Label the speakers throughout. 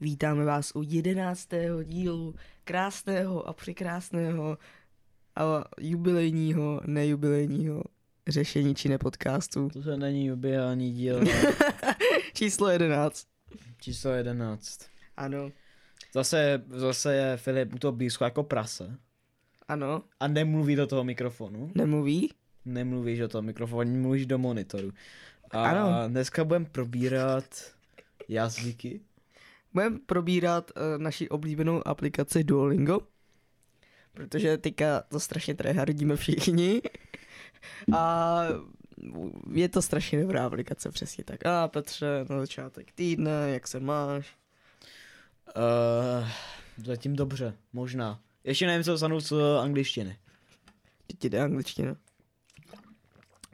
Speaker 1: Vítáme vás u jedenáctého dílu krásného a překrásného a jubilejního, nejubilejního řešení či nepodcastu.
Speaker 2: To se není jubilární díl, ale
Speaker 1: Číslo jedenáct.
Speaker 2: číslo 11.
Speaker 1: Ano,
Speaker 2: Zase, zase je Filip u toho blízko jako prase.
Speaker 1: ano,
Speaker 2: A nemluví do toho mikrofonu.
Speaker 1: nemluví?
Speaker 2: Nemluvíš do toho mikrofonu, mluvíš do monitoru. A
Speaker 1: Ano.
Speaker 2: ano. dneska budeme probírat jazyky.
Speaker 1: Budeme probírat uh, naši oblíbenou aplikaci Duolingo, protože teďka to strašně tryhardíme všichni a je to strašně dobrá aplikace, přesně tak. A ah, Petře, na začátek týdne, jak se máš?
Speaker 2: Uh, zatím dobře, možná. Ještě nevím, co dostanu z eh, angličtiny.
Speaker 1: Teď ti jde angličtina.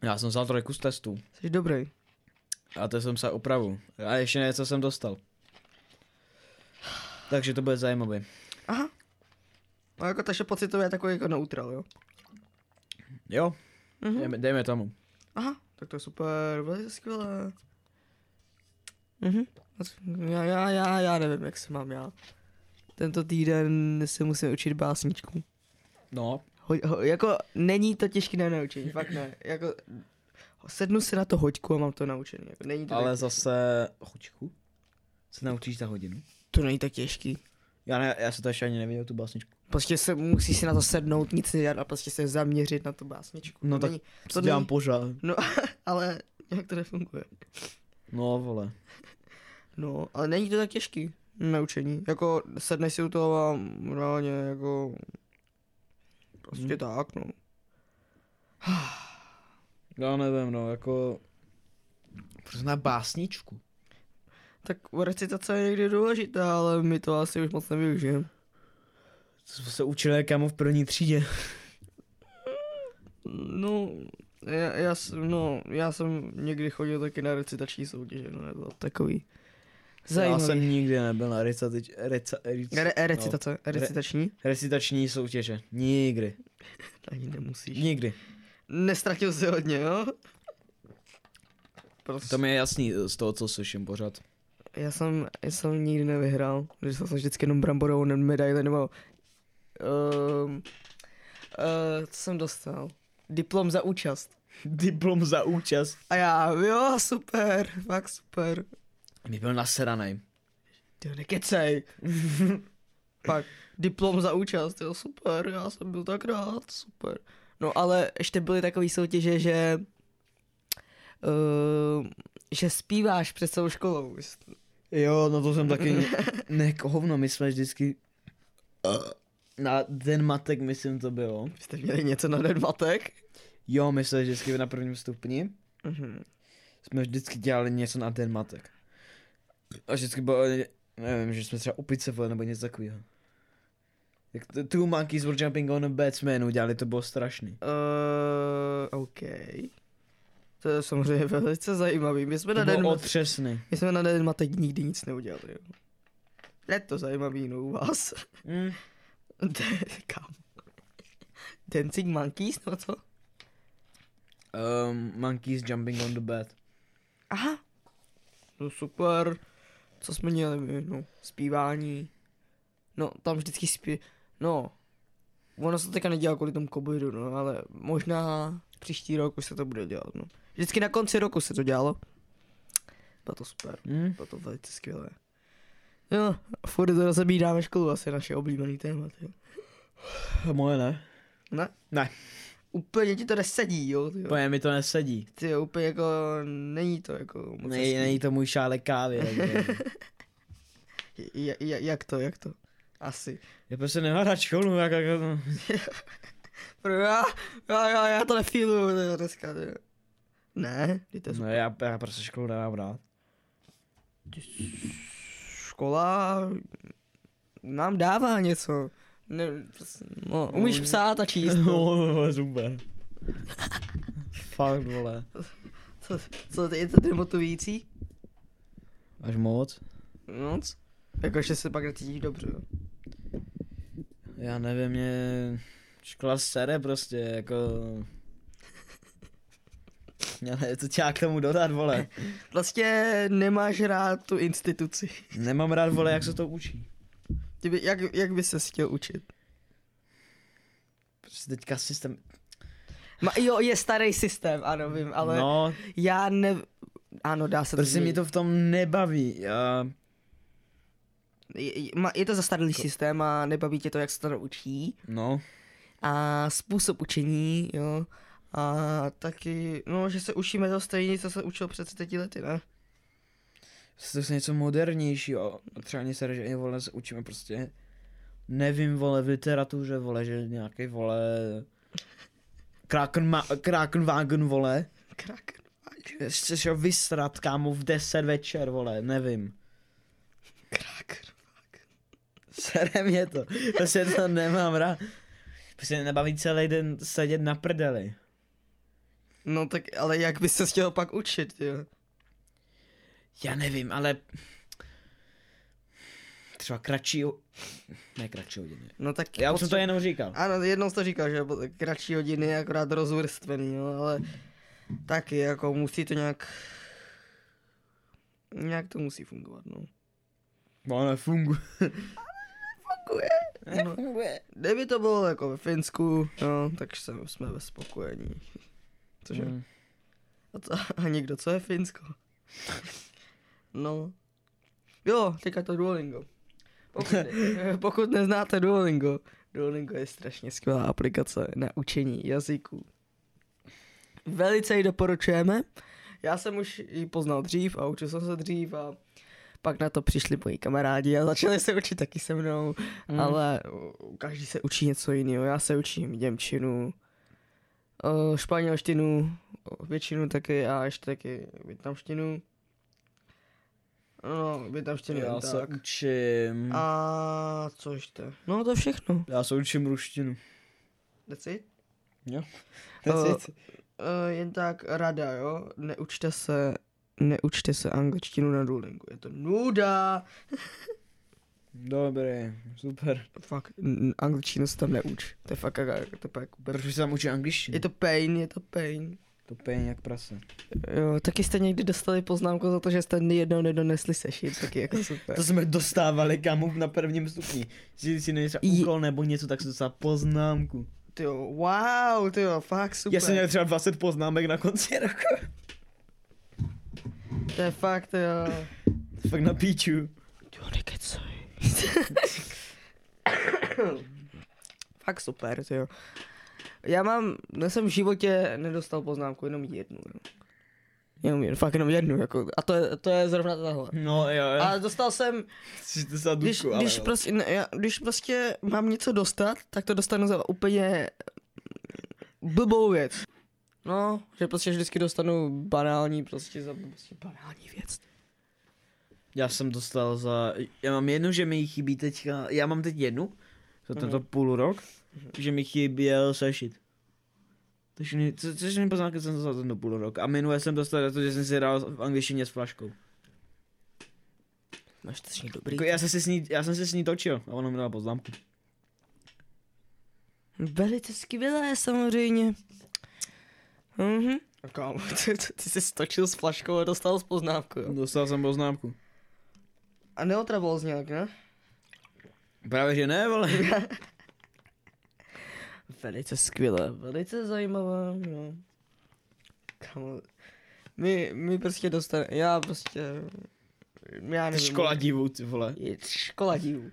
Speaker 2: Já jsem vzal trojku z testů.
Speaker 1: Jsi dobrý.
Speaker 2: A to jsem se opravu. A ještě ne, co jsem dostal. Takže to bude zajímavé.
Speaker 1: Aha. No jako takže pocitově je takový jako neutral, jo?
Speaker 2: Jo,
Speaker 1: Mhm.
Speaker 2: dejme, dejme tomu.
Speaker 1: Aha, tak to je super, velice skvělé. Mhm. Já, já, já, já nevím, jak se mám já. Tento týden si musím učit básničku.
Speaker 2: No,
Speaker 1: Ho, ho, jako není to těžké na naučení, fakt ne. Jako, sednu si na to hoďku a mám to naučený. Jako, není to,
Speaker 2: Ale
Speaker 1: tak,
Speaker 2: zase chočku. Se naučíš za hodinu.
Speaker 1: to není tak těžký.
Speaker 2: Já, ne, já se to ještě ani neviděl, tu básničku.
Speaker 1: Prostě se musíš si na to sednout, nic nedělat a prostě se zaměřit na tu básničku.
Speaker 2: No
Speaker 1: To
Speaker 2: tak
Speaker 1: není,
Speaker 2: To
Speaker 1: to
Speaker 2: dělám
Speaker 1: není-
Speaker 2: pořád.
Speaker 1: No, ale nějak to nefunguje.
Speaker 2: No vole.
Speaker 1: No, ale není to tak těžký naučení. Jako sedneš si u toho a reálně jako... Prostě
Speaker 2: Hmm.
Speaker 1: tak, no.
Speaker 2: Já nevím, no, jako... Prostě na básničku.
Speaker 1: Tak recitace je někdy důležitá, ale my to asi už moc nevyužijeme.
Speaker 2: To jsme se učili kamo v první třídě.
Speaker 1: No, já, já, s- no, já jsem někdy chodil taky na recitační soutěže, no nebo takový.
Speaker 2: Já
Speaker 1: Zajímavý.
Speaker 2: jsem nikdy nebyl na recitač, reca, rec, no,
Speaker 1: Re, recitace, recitační?
Speaker 2: recitační soutěže. Nikdy.
Speaker 1: Ani nemusíš.
Speaker 2: Nikdy.
Speaker 1: Nestratil si hodně, jo? Prostě.
Speaker 2: To mi je jasný z toho, co slyším pořád.
Speaker 1: Já jsem, já jsem nikdy nevyhrál, že jsem vždycky jenom bramborovou ne- medaili nebo... Um, uh, co jsem dostal? Diplom za účast.
Speaker 2: Diplom za účast.
Speaker 1: A já, jo, super, fakt super.
Speaker 2: Mě byl nasranej.
Speaker 1: Ty nekecej. Pak diplom za účast, jo, super, já jsem byl tak rád, super. No ale ještě byly takové soutěže, že... Uh, že zpíváš před celou školou.
Speaker 2: Jo, no to jsem taky... Ne, ne hovno, my jsme vždycky... Na den matek, myslím, to bylo.
Speaker 1: Vy jste měli něco na den matek?
Speaker 2: Jo, my jsme vždycky na prvním stupni.
Speaker 1: Mhm.
Speaker 2: Jsme vždycky dělali něco na den matek. A vždycky bylo, nevím, že jsme třeba opice vole, nebo něco takového. Jak t- Two Monkeys were jumping on a batsman udělali, to bylo strašný.
Speaker 1: Uh, OK. To je samozřejmě velice zajímavý. My jsme, na
Speaker 2: To
Speaker 1: den,
Speaker 2: bylo
Speaker 1: od...
Speaker 2: otřesný.
Speaker 1: my jsme na den matek nikdy nic neudělali. Jo. Je to zajímavý, no u vás.
Speaker 2: Mm.
Speaker 1: Hm. De- Kam? Dancing Monkeys, no co?
Speaker 2: Um, monkeys jumping on the bed.
Speaker 1: Aha. No super. Co jsme měli my? No, zpívání. No, tam vždycky spí... No. Ono se to teďka nedělá kvůli tomu covidu, no, ale možná příští rok už se to bude dělat, no. Vždycky na konci roku se to dělalo. Bylo to super.
Speaker 2: Mm.
Speaker 1: Bylo to velice skvělé. Jo, a furt to rozebíráme školu, asi naše oblíbený téma, jo.
Speaker 2: A moje Hm? ne.
Speaker 1: Úplně ti to nesedí, jo, ty jo.
Speaker 2: Úplně mi to nesedí.
Speaker 1: Ty jo, úplně jako, není to jako moc
Speaker 2: Nej,
Speaker 1: hezký.
Speaker 2: není to můj šálek kávy. takže-
Speaker 1: Ja, ja, jak to, jak to? Asi.
Speaker 2: Já prostě nehádá školu, jak, jak, jak
Speaker 1: Pro já, já, já, já to nefíluju to je dneska. ty. Ne, ty to je
Speaker 2: No já, já prostě školu nemám rád.
Speaker 1: škola nám dává něco. Ne, prostě, no, umíš
Speaker 2: No,
Speaker 1: psát a číst. No.
Speaker 2: No, super. Fakt, vole.
Speaker 1: Co, co ty, je to demotivující?
Speaker 2: Až moc?
Speaker 1: Noc? Jakože se pak necítíš dobře. jo.
Speaker 2: Já nevím, mě škola sere prostě, jako... jasně, ale co tě já k tomu dodat, vole?
Speaker 1: Vlastně nemáš rád tu instituci.
Speaker 2: Nemám rád, vole, jak se to učí.
Speaker 1: Ty by, jak, jak bys se chtěl učit?
Speaker 2: Prostě teďka systém...
Speaker 1: Ma, jo, je starý systém, ano, vím, ale no.
Speaker 2: No,
Speaker 1: já ne... Ano, dá se to
Speaker 2: prostě mě
Speaker 1: změnit.
Speaker 2: to v tom nebaví. Já...
Speaker 1: Je, je- ma- je to zastaralý
Speaker 2: Jako-
Speaker 1: systém a nebaví tě to, jak se to učí.
Speaker 2: No,
Speaker 1: A způsob učení, jo. A taky, no, že se učíme to stejně, co se učil před 30 lety, ne?
Speaker 2: prostě to je něco modernějšího. Třeba mě se že i, vole, se učíme prostě... Nevím, vole, v literatuře, vole, že nějaký, vole... Kraken, ma- Krakenwagen, vole.
Speaker 1: Krak.
Speaker 2: Jste šel vysrat, kámo, v 10 večer, vole, nevím.
Speaker 1: Krak.
Speaker 2: Sere mě to. Prostě to nemám rád. Prostě nebaví celý den sedět na prdeli.
Speaker 1: No tak, ale jak bys se chtěl pak učit, jo?
Speaker 2: Já nevím, ale... Třeba kratší... ho- Ne kratší hodiny.
Speaker 1: No tak...
Speaker 2: Já už jsem to
Speaker 1: potře-
Speaker 2: jenom říkal.
Speaker 1: Ano, jednou jsi to říkal, že bo- kratší hodiny, akorát rozvrstvený, jo, ale taky, jako musí to nějak... Nějak to musí fungovat, no.
Speaker 2: No, nefunguje.
Speaker 1: Funguje. No.
Speaker 2: Nefunguje.
Speaker 1: Kdyby to bylo jako ve Finsku, no, tak jsme, jsme ve spokojení. Cože?
Speaker 2: Hmm.
Speaker 1: A, to, a někdo, co je Finsko? No. Jo, teďka to Duolingo. Pokud, ne, pokud neznáte Duolingo, Duolingo je strašně skvělá aplikace na učení jazyků. Velice ji doporučujeme. Já jsem už ji poznal dřív a učil jsem se dřív a pak na to přišli moji kamarádi a začali se učit taky se mnou, mm.
Speaker 2: Mm.
Speaker 1: ale uh, každý se učí něco jiného. Já se učím Němčinu, uh, španělštinu, uh, většinu taky a ještě taky větnamštinu. No, větnamštinu
Speaker 2: Já
Speaker 1: jen
Speaker 2: se
Speaker 1: tak.
Speaker 2: učím...
Speaker 1: A co ještě? No to všechno.
Speaker 2: Já se učím ruštinu.
Speaker 1: That's it.
Speaker 2: Jo.
Speaker 1: That's Uh, jen tak rada, jo? Neučte se, neučte se angličtinu na Duolingu. Je to nuda.
Speaker 2: Dobrý, super.
Speaker 1: Fakt, n- angličtinu se tam neuč. To je fakt, jaká- to je fakt úplně-
Speaker 2: Proč se tam učí angličtinu?
Speaker 1: Je to pain, je to pain.
Speaker 2: to pěn jak prase.
Speaker 1: Jo, taky jste někdy dostali poznámku za to, že jste jednou nedonesli sešit, taky jako super.
Speaker 2: To jsme dostávali kamu na prvním stupni. Že si neměl třeba
Speaker 1: Je-
Speaker 2: úkol nebo něco, tak jsem dostal poznámku.
Speaker 1: Ty jo, wow, ty jo, fakt super.
Speaker 2: Já jsem měl třeba 20 poznámek na konci roku.
Speaker 1: To je fakt, ty jo.
Speaker 2: Fakt na píču.
Speaker 1: Jo, nekecej. Fakt super, ty jo. Já mám, já jsem v životě nedostal poznámku, jenom jednu. no. Jenom jednu, fakt jenom jednu, jako, a to je, to je zrovna tahle.
Speaker 2: No jo, jo.
Speaker 1: A dostal jsem,
Speaker 2: Jsi to za
Speaker 1: když,
Speaker 2: duku, ale
Speaker 1: když,
Speaker 2: jo.
Speaker 1: prostě, ne, já, když prostě mám něco dostat, tak to dostanu za úplně blbou věc. No, že prostě vždycky dostanu banální, prostě za prostě banální věc.
Speaker 2: Já jsem dostal za... Já mám jednu, že mi jí chybí teďka... Já mám teď jednu. Za tento půl rok. Že mi chyběl sešit. To všechny, co, co všechny poznámky jsem dostal za tento půl rok. A minule jsem dostal za to, že jsem si dal v angličtině s flaškou.
Speaker 1: Máš to strašně dobrý.
Speaker 2: Jako já, jsem si s ní, já jsem si s ní točil a ona mi dala poznámku.
Speaker 1: Velice skvělé, samozřejmě. Mhm. Kámo, ty, ty, ty jsi stočil s flaškou a dostal z poznámku, jo?
Speaker 2: Dostal jsem poznámku.
Speaker 1: A neotravil jsi nějak, ne?
Speaker 2: Právě že ne, vole.
Speaker 1: Velice skvělé, velice zajímavé, jo. Kámo, my, my prostě dostane, já prostě, já
Speaker 2: Ty
Speaker 1: nevím.
Speaker 2: škola divu, ty vole.
Speaker 1: Je škola divů.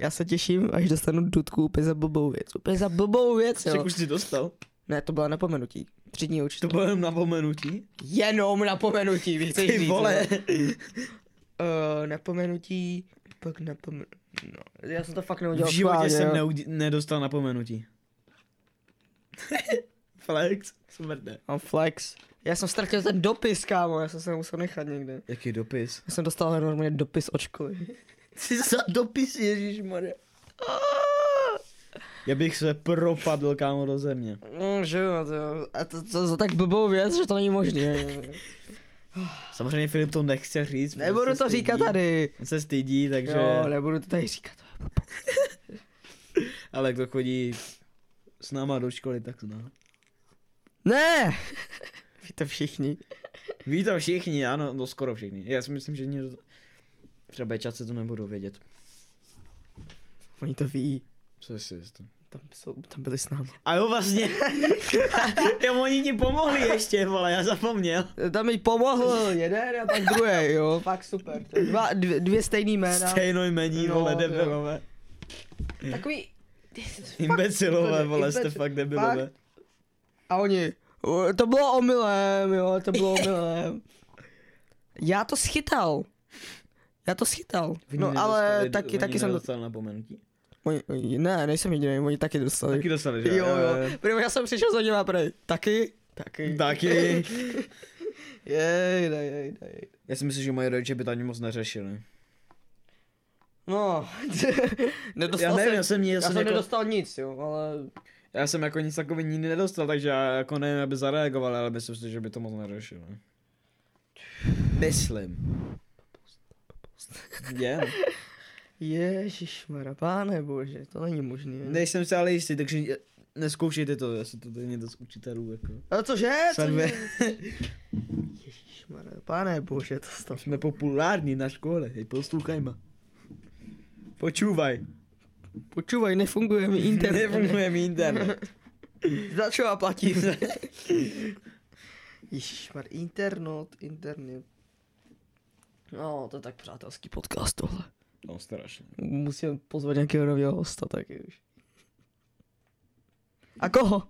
Speaker 1: Já se těším, až dostanu dudku úplně za blbou věc. Úplně za blbou věc,
Speaker 2: Co
Speaker 1: jo.
Speaker 2: už jsi dostal?
Speaker 1: Ne, to byla napomenutí. Třídní
Speaker 2: To
Speaker 1: učitel.
Speaker 2: bylo jenom napomenutí?
Speaker 1: Jenom napomenutí, víš, co
Speaker 2: Ty
Speaker 1: říct,
Speaker 2: vole.
Speaker 1: jo. uh, napomenutí, pak napomen... No, já jsem to fakt neudělal.
Speaker 2: V životě
Speaker 1: schválně,
Speaker 2: jsem
Speaker 1: jo.
Speaker 2: neudě- nedostal napomenutí. Flex, smrdne.
Speaker 1: Mám flex. Já jsem ztratil ten dopis, kámo, já jsem se ho musel nechat někde.
Speaker 2: Jaký dopis?
Speaker 1: Já jsem dostal normálně dopis od školy.
Speaker 2: Jsi za dopis, ježišmarja.
Speaker 1: Ah,
Speaker 2: Já bych se propadl kámo do země.
Speaker 1: Mm, že jo, to jo. A to, to, za tak blbou věc, že to není možné.
Speaker 2: Samozřejmě Filip to nechce říct. protože
Speaker 1: Nebudu
Speaker 2: se
Speaker 1: to
Speaker 2: stydí.
Speaker 1: říkat tady.
Speaker 2: On se stydí, takže...
Speaker 1: Jo, nebudu to tady říkat.
Speaker 2: Ale kdo chodí s náma do školy, tak zná.
Speaker 1: Ne! Víte všichni.
Speaker 2: Ví to všichni, ano, no skoro všichni. Já si myslím, že někdo... Třeba Bčáci to nebudou vědět.
Speaker 1: Oni to ví.
Speaker 2: Co si jistý.
Speaker 1: Tam, jsou, tam byli s námi.
Speaker 2: A jo, vlastně. jo, oni ti pomohli ještě, vole, já zapomněl.
Speaker 1: Tam mi pomohl jeden a tak druhý, jo. Fakt super. To je Dva, dvě, dvě stejný jména.
Speaker 2: Stejno jmení,
Speaker 1: No,
Speaker 2: vole,
Speaker 1: jo.
Speaker 2: debilové.
Speaker 1: Takový...
Speaker 2: Imbecilové, vole, jste
Speaker 1: Imbecil-
Speaker 2: fakt debilové.
Speaker 1: A oni... "O, To bylo omylem, jo, to bylo omylem. Já to schytal. Já to schytal. No, ale taky, taky jsem...
Speaker 2: dostal napomenutí.
Speaker 1: Oni, oni- ne, nejsem jediný, oni taky dostali.
Speaker 2: Taky dostali, že?
Speaker 1: jo, jo. Primo, já jsem přišel za nima prej. Taky?
Speaker 2: Eh,
Speaker 1: Taky.
Speaker 2: Taky.
Speaker 1: Jej, dej, jej, dej.
Speaker 2: Já si myslím, že moje rodiče by to ani moc neřešili.
Speaker 1: No, nedostal
Speaker 2: já nevím,
Speaker 1: jsem, já
Speaker 2: já jsem, já
Speaker 1: jsem
Speaker 2: jsem, jako,
Speaker 1: nedostal nic, jo, ale
Speaker 2: já jsem jako nic takového nikdy nedostal, takže já jako nevím, aby zareagoval, ale myslím si, že by to moc neřešili. Myslím. Je, no.
Speaker 1: ježišmarja, páne bože, to není možný. Ne.
Speaker 2: nejsem si ale jistý, takže neskoušejte to, jestli to tady někdo z učitelů jako.
Speaker 1: A cože?
Speaker 2: Serve.
Speaker 1: Ježišmarja, páne bože, to stalo.
Speaker 2: Jsme populární na škole, hej, poslouchaj ma. Počúvaj.
Speaker 1: Počúvaj, nefunguje mi internet.
Speaker 2: Nefunguje mi internet.
Speaker 1: Za čo já platím? Ježišmar, internet, internet. No, to je tak přátelský podcast tohle.
Speaker 2: No strašně.
Speaker 1: Musím pozvat nějakého nového hosta taky už. A koho?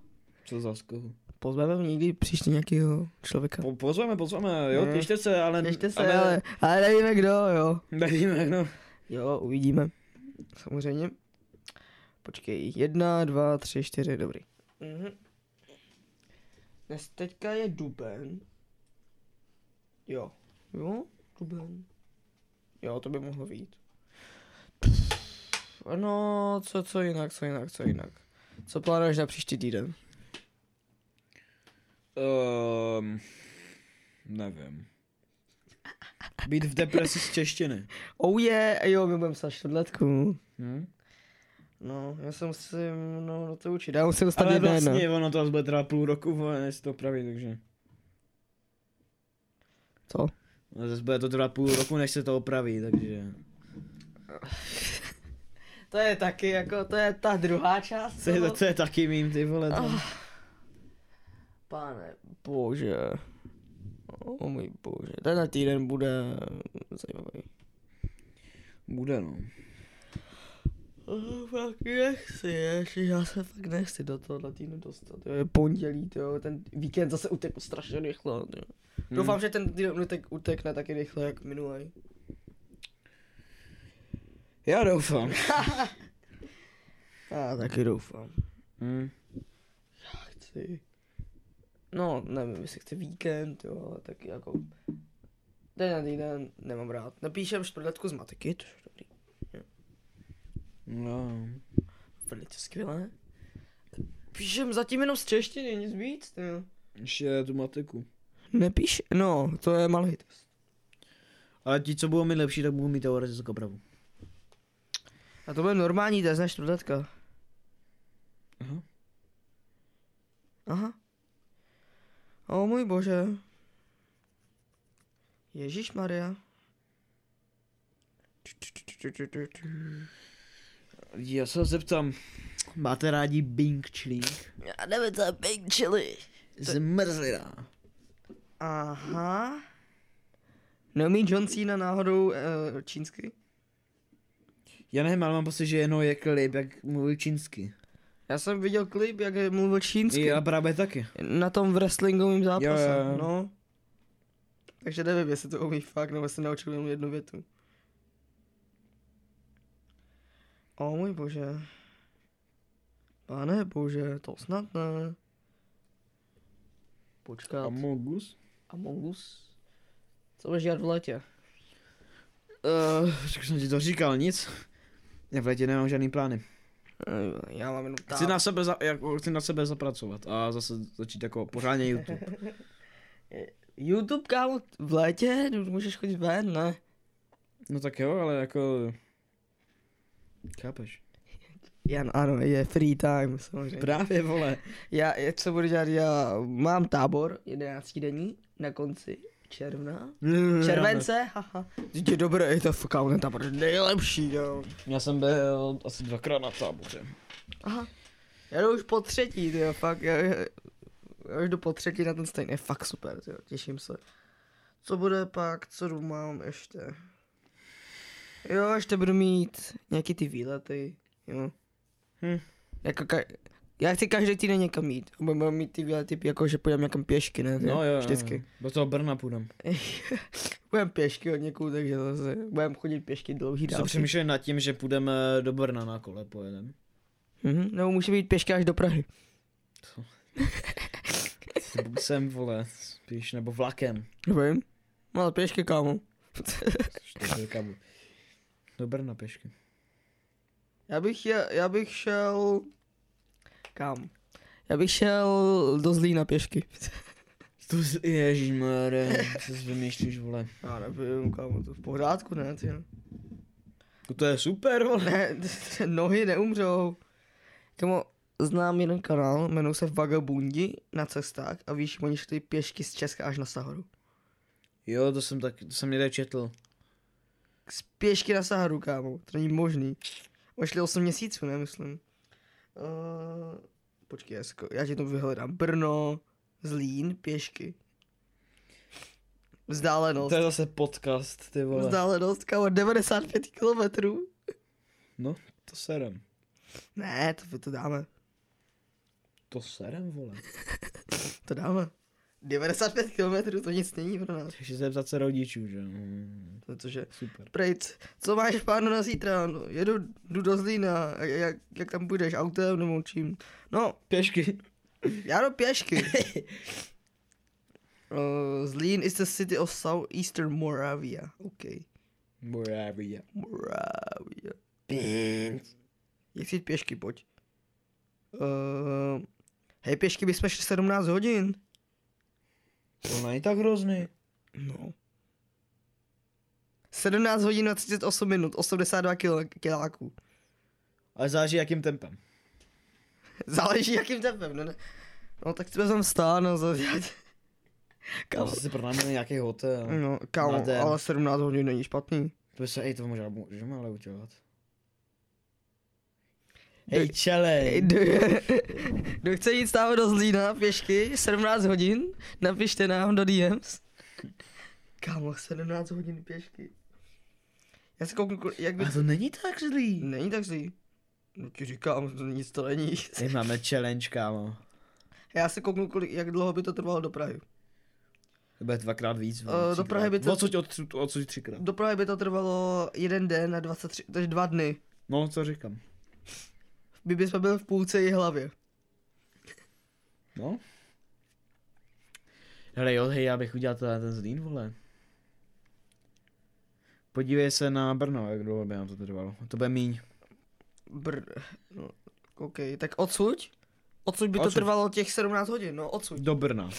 Speaker 2: Co za skohu.
Speaker 1: Pozveme někdy příště nějakého člověka.
Speaker 2: Po, pozveme, pozveme, jo,
Speaker 1: Ne.
Speaker 2: těšte se, ale...
Speaker 1: Ještě No. se, ale, ale nevíme kdo, jo.
Speaker 2: Nevíme, no.
Speaker 1: Jo, uvidíme. Samozřejmě. Počkej, jedna, dva, tři, čtyři, dobrý. Mhm. Dnes teďka je duben. Jo. Jo, duben. Jo, to by mohlo být. No, co, co jinak, co jinak, co jinak. Co plánuješ na příští týden?
Speaker 2: Um, nevím. Být v depresi z češtiny.
Speaker 1: Oh je, jo, my budeme psát čtvrtletku.
Speaker 2: Hm?
Speaker 1: No, já se musím, no, do to učit. Já musím dostat
Speaker 2: Ale
Speaker 1: jedné, no.
Speaker 2: vlastně ono to asi bude trvat půl roku, vole, než se to praví, takže...
Speaker 1: Co?
Speaker 2: No, Zase bude to trvat půl roku, než se to opraví, takže...
Speaker 1: To je taky jako, to je ta druhá část.
Speaker 2: To je,
Speaker 1: toho-
Speaker 2: to je taky mým, ty vole. To...
Speaker 1: Ah. Pane bože. O můj bože. Tenhle týden bude zajímavý.
Speaker 2: Bude, no.
Speaker 1: Oh, fakt nechci, ježi, já se fakt nechci do tohohle týdne dostat. Jo, je pondělí, to jo, ten víkend zase utekl strašně rychle. Jo.
Speaker 2: Hmm.
Speaker 1: Doufám, že ten týden utek, utekne taky rychle, jak minulý.
Speaker 2: Já doufám.
Speaker 1: Já taky doufám.
Speaker 2: Hm.
Speaker 1: chci. No, nevím, jestli chci víkend, jo, ale taky jako... Den na týden nemám rád. Napíšem čtvrtletku z matiky, což je dobrý.
Speaker 2: No.
Speaker 1: Velice skvělé. Píšem zatím jenom z češtiny, nic víc, jo.
Speaker 2: Ještě tu matiku.
Speaker 1: Nepíš? No, to je malý test.
Speaker 2: Ale ti, co budou mít lepší, tak budou mít teoretickou pravdu.
Speaker 1: A to bude normální test, než čtvrtletka.
Speaker 2: Aha.
Speaker 1: Aha. O můj bože. Ježíš Maria.
Speaker 2: Já se zeptám, máte rádi Bing Chling?
Speaker 1: Já nevím, co je Big Chili.
Speaker 2: Zmrzlina.
Speaker 1: Aha. Neumí John Cena náhodou uh, čínsky?
Speaker 2: Já nevím, ale mám pocit, že jenom je klip, jak mluví čínsky.
Speaker 1: Já jsem viděl klip, jak mluvil čínsky.
Speaker 2: Já právě taky.
Speaker 1: Na tom wrestlingovém zápase,
Speaker 2: Jo, jo, jo.
Speaker 1: no. Takže nevím, jestli to umí fakt, nebo se naučil jenom jednu větu. O můj bože. Pane bože, to snad ne. Počkat. Am-
Speaker 2: Amogus?
Speaker 1: Among Us? Co budeš dělat v létě?
Speaker 2: Uh, tak jsem ti to říkal, nic. Já v létě nemám žádný plány.
Speaker 1: Eh, Já mám jenom
Speaker 2: Chci na, sebe za, jako, chci na sebe zapracovat a zase začít jako pořádně YouTube.
Speaker 1: YouTube, kámo, v létě? Můžeš chodit ven, ne?
Speaker 2: No tak jo, ale jako... Chápeš?
Speaker 1: Jan, ano, je free time, samozřejmě.
Speaker 2: Právě, vole.
Speaker 1: Já, já, co budu dělat, já mám tábor 11 denní na konci června. Července, haha. Dítě dobré, je to fakt on je tábor nejlepší, jo.
Speaker 2: Já jsem byl asi dvakrát na táboře.
Speaker 1: Aha. Já jdu už po třetí, jo, fakt. Já, já, já už jdu po třetí na ten stejný, je fakt super, jo, těším se. Co bude pak, co tu mám ještě? Jo, ještě budu mít nějaký ty výlety, jo.
Speaker 2: Hm.
Speaker 1: Jako ka- já chci každý týden někam jít. Budeme mít ty výlety, jako že půjdeme někam pěšky, ne?
Speaker 2: No jo, jo,
Speaker 1: Vždycky.
Speaker 2: jo. Do toho Brna půjdem.
Speaker 1: budeme pěšky od někud, takže zase budeme chodit pěšky dlouhý
Speaker 2: Jsem
Speaker 1: dálky.
Speaker 2: přemýšlel nad tím, že půjdeme do Brna na kole, pojedem.
Speaker 1: Mhm, nebo může být pěšky až do Prahy.
Speaker 2: S busem, vole, spíš, nebo vlakem.
Speaker 1: Vím. No ale pěšky, kámo.
Speaker 2: Čtyřkabu. Do Brna pěšky.
Speaker 1: Já bych, je, já bych šel... Kam? Já bych šel do Zlína pěšky.
Speaker 2: To ježišmarja, co si vymýšlíš, vole.
Speaker 1: Já nevím, kámo, to v pořádku, ne, ty. no.
Speaker 2: No To je super, vole.
Speaker 1: Ne, nohy neumřou. Kámo, znám jeden kanál, jmenuje se Vagabundi na cestách a víš, oni šli pěšky z Česka až na Saharu.
Speaker 2: Jo, to jsem tak, to jsem někde četl.
Speaker 1: Z pěšky na Saharu, kámo, to není možný. Oni šli 8 měsíců, ne, myslím. Uh, počkej, já, sko- já ti to vyhledám. Brno, Zlín, pěšky. Vzdálenost.
Speaker 2: To je zase podcast, ty vole.
Speaker 1: Vzdálenost, kámo, 95 kilometrů.
Speaker 2: No, to serem.
Speaker 1: Ne, to, to dáme,
Speaker 2: To serem, vole.
Speaker 1: to dáme. 95 kilometrů, to nic není pro nás.
Speaker 2: Ještě zeptat se rodičů, že? Mm,
Speaker 1: Protože,
Speaker 2: Super.
Speaker 1: prejc, co máš plánu na zítra? No, jedu, jdu do Zlína, A jak, jak tam půjdeš, autem nebo čím? No,
Speaker 2: Pěšky.
Speaker 1: já jdu pěšky. Uh, Zlín is the city of southeastern Moravia. OK.
Speaker 2: Moravia.
Speaker 1: Moravia. Jak jít pěšky, pojď. Uh, hej, pěšky bychom šli 17 hodin.
Speaker 2: To není tak hrozný.
Speaker 1: No. 17 hodin a 38 minut, 82 kilo, kiláků.
Speaker 2: Ale záleží jakým tempem.
Speaker 1: Záleží jakým tempem, no ne? No tak jsme tam stán a za... Kámo,
Speaker 2: Kam si pronáme nějaký hotel.
Speaker 1: no, kámo,
Speaker 2: Na den.
Speaker 1: ale 17 hodin není špatný.
Speaker 2: To by se, ej, to možná můžeme ale udělat.
Speaker 1: Hej,
Speaker 2: Hej, čelej.
Speaker 1: Kdo, kdo chce jít stávat do Zlína pěšky, 17 hodin, napište nám do DMs. Kámo, 17 hodin pěšky. Já se kouknu, kol- jak by...
Speaker 2: A to není tak zlý.
Speaker 1: Není tak zlý. No ti říkám, to nic to není.
Speaker 2: Teď máme challenge, kámo.
Speaker 1: Já se kouknu, kolik, jak dlouho by to trvalo do Prahy.
Speaker 2: To bude dvakrát víc.
Speaker 1: Eh, do Prahy by to-
Speaker 2: Odsud, odsud, odsud třikrát.
Speaker 1: Do Prahy by to trvalo jeden den na 23, takže dva dny.
Speaker 2: No, co říkám.
Speaker 1: My bychom byli v půlce její hlavě.
Speaker 2: No. Hele jo, hej, já bych udělal teda ten zlín, vole. Podívej se na Brno, jak dlouho by nám to trvalo. To bude míň.
Speaker 1: Br... No, OK, tak odsuď? Odsud by to
Speaker 2: Odsud.
Speaker 1: trvalo těch 17 hodin, no odsuď.
Speaker 2: Do Brna.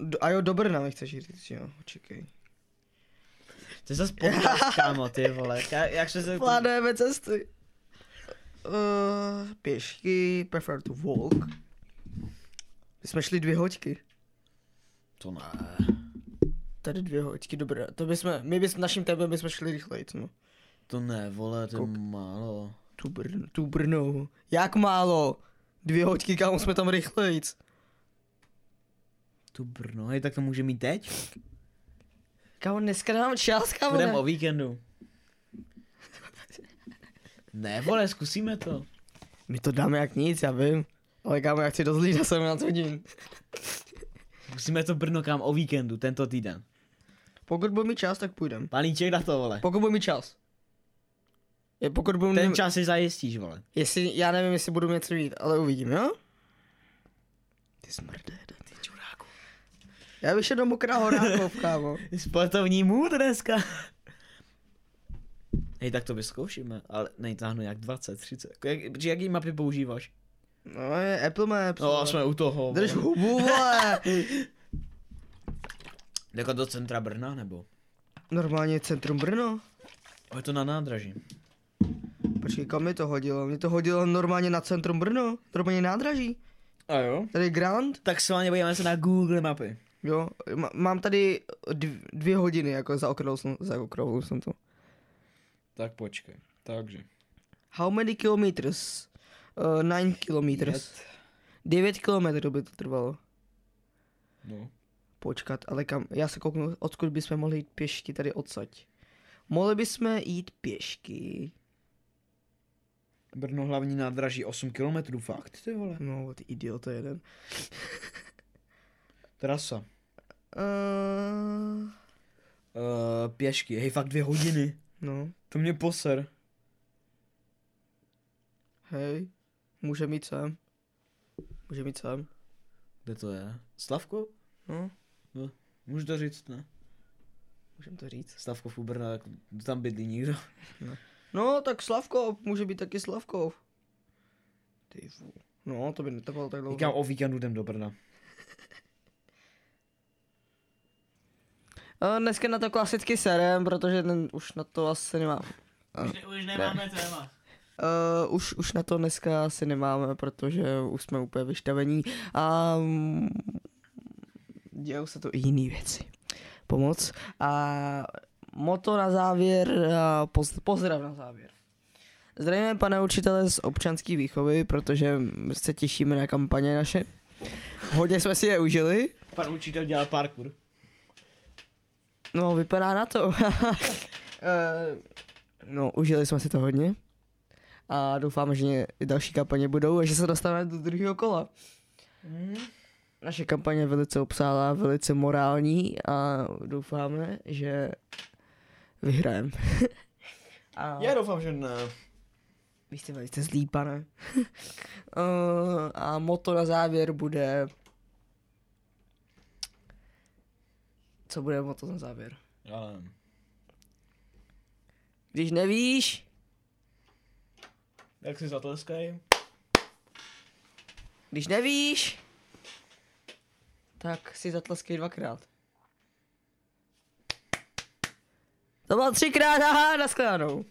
Speaker 1: Do, a jo, do Brna mi chceš říct, jo, čekej.
Speaker 2: To je zase podcast, kámo, ty vole. Ka- jak se se...
Speaker 1: Plánujeme cesty. Uh, pěšky, prefer to walk. My jsme šli dvě hoďky.
Speaker 2: To ne.
Speaker 1: Tady dvě hoďky, dobré. To bychom, my bychom, naším tempem bychom šli rychleji, no.
Speaker 2: To ne, vole, to je
Speaker 1: Kouk.
Speaker 2: málo.
Speaker 1: Tu, brn, tu Brnou. Jak málo? Dvě hoďky, kámo, jsme tam rychlejc.
Speaker 2: To Brno, hej, tak to může mít teď?
Speaker 1: Kámo, dneska nemám čas, kámo.
Speaker 2: Budeme o
Speaker 1: Ne.
Speaker 2: víkendu. Ne, vole, zkusíme to.
Speaker 1: My to dáme jak nic, já vím. Ale kámo, já chci do Zlína 17 hodin.
Speaker 2: Zkusíme to Brno, kam o víkendu, tento týden.
Speaker 1: Pokud budu mít čas, tak půjdem.
Speaker 2: Paníček na to, vole.
Speaker 1: Pokud budu mít čas. Je, pokud budu
Speaker 2: Ten
Speaker 1: mít,
Speaker 2: čas si zajistíš, vole.
Speaker 1: jestli, já nevím, jestli budu něco mít, ale uvidím, jo? Ty smrdé, ty čuráku. Já bych šel do mokrá horákov, kámo.
Speaker 2: Sportovní mood dneska. Hej, tak to vyzkoušíme, ale nejtáhnu jak 20, 30. K- Jak, při jaký mapy používáš?
Speaker 1: No, je Apple Maps.
Speaker 2: No a
Speaker 1: vole.
Speaker 2: jsme u toho.
Speaker 1: Drž
Speaker 2: vole.
Speaker 1: hubu, vole.
Speaker 2: Jako do centra Brna, nebo?
Speaker 1: Normálně centrum Brno.
Speaker 2: Ale to na nádraží.
Speaker 1: Počkej, kam mi to hodilo? Mě to hodilo normálně na centrum Brno, normálně nádraží.
Speaker 2: A jo?
Speaker 1: Tady je Grand,
Speaker 2: Tak s vámi budeme se na Google mapy.
Speaker 1: jo. Ma- Mám tady dv- dvě hodiny, jako za okrovou jsem, za okrovou jsem to.
Speaker 2: Tak počkej. Takže.
Speaker 1: How many kilometers? Uh, nine kilometers.
Speaker 2: Jet.
Speaker 1: 9 kilometrů by to trvalo.
Speaker 2: No.
Speaker 1: Počkat, ale kam? Já se kouknu, odkud bychom mohli jít pěšky tady odsaď. Mohli bychom jít pěšky.
Speaker 2: Brno hlavní nádraží 8 km, fakt ty vole.
Speaker 1: No, ty idiot, jeden.
Speaker 2: Trasa.
Speaker 1: Uh,
Speaker 2: Uh, pěšky, hej fakt dvě hodiny.
Speaker 1: no,
Speaker 2: To mě poser.
Speaker 1: hej. Můžeme jít sem. Můžeme jít sem.
Speaker 2: Kde to je? Slavko?
Speaker 1: No,
Speaker 2: Můžu to říct, ne?
Speaker 1: můžeme to říct.
Speaker 2: Slavkov u Brna, jako tam bydlí nikdo.
Speaker 1: No, tak Slavkov, může být taky Slavkov. Ty vů. No, to by netrvalo tak dlouho.
Speaker 2: Říkám, o víkendu jdem do Brna.
Speaker 1: Eh, Dneska na to klasicky serem, protože ten už na to asi nemá.
Speaker 3: Už, ne, už nemáme téma.
Speaker 1: Uh, už, už na to dneska asi nemáme, protože už jsme úplně vyštavení a mm, dějou se to i jiné věci. Pomoc. A moto na závěr, a poz, pozdrav na závěr. Zdravíme pane učitele z občanské výchovy, protože se těšíme na kampaně naše. Hodně jsme si je užili.
Speaker 2: Pan učitel dělá parkour.
Speaker 1: No, vypadá na to. Eh, no, užili jsme si to hodně. A doufám, že ně- i další kampaně budou a že se dostaneme do druhého kola. Naše kampaně je velice obsáhlá, velice morální a doufáme, že vyhrajeme. a
Speaker 2: Já doufám, že ne.
Speaker 1: vy jste velice zlý, pane. Eh, a moto na závěr bude... Co bude moto na závěr?
Speaker 2: Ale...
Speaker 1: Když nevíš,
Speaker 2: Jak si zatleskaj?
Speaker 1: Když nevíš, tak si zatleskej dvakrát. To bylo třikrát, aha, nashledanou.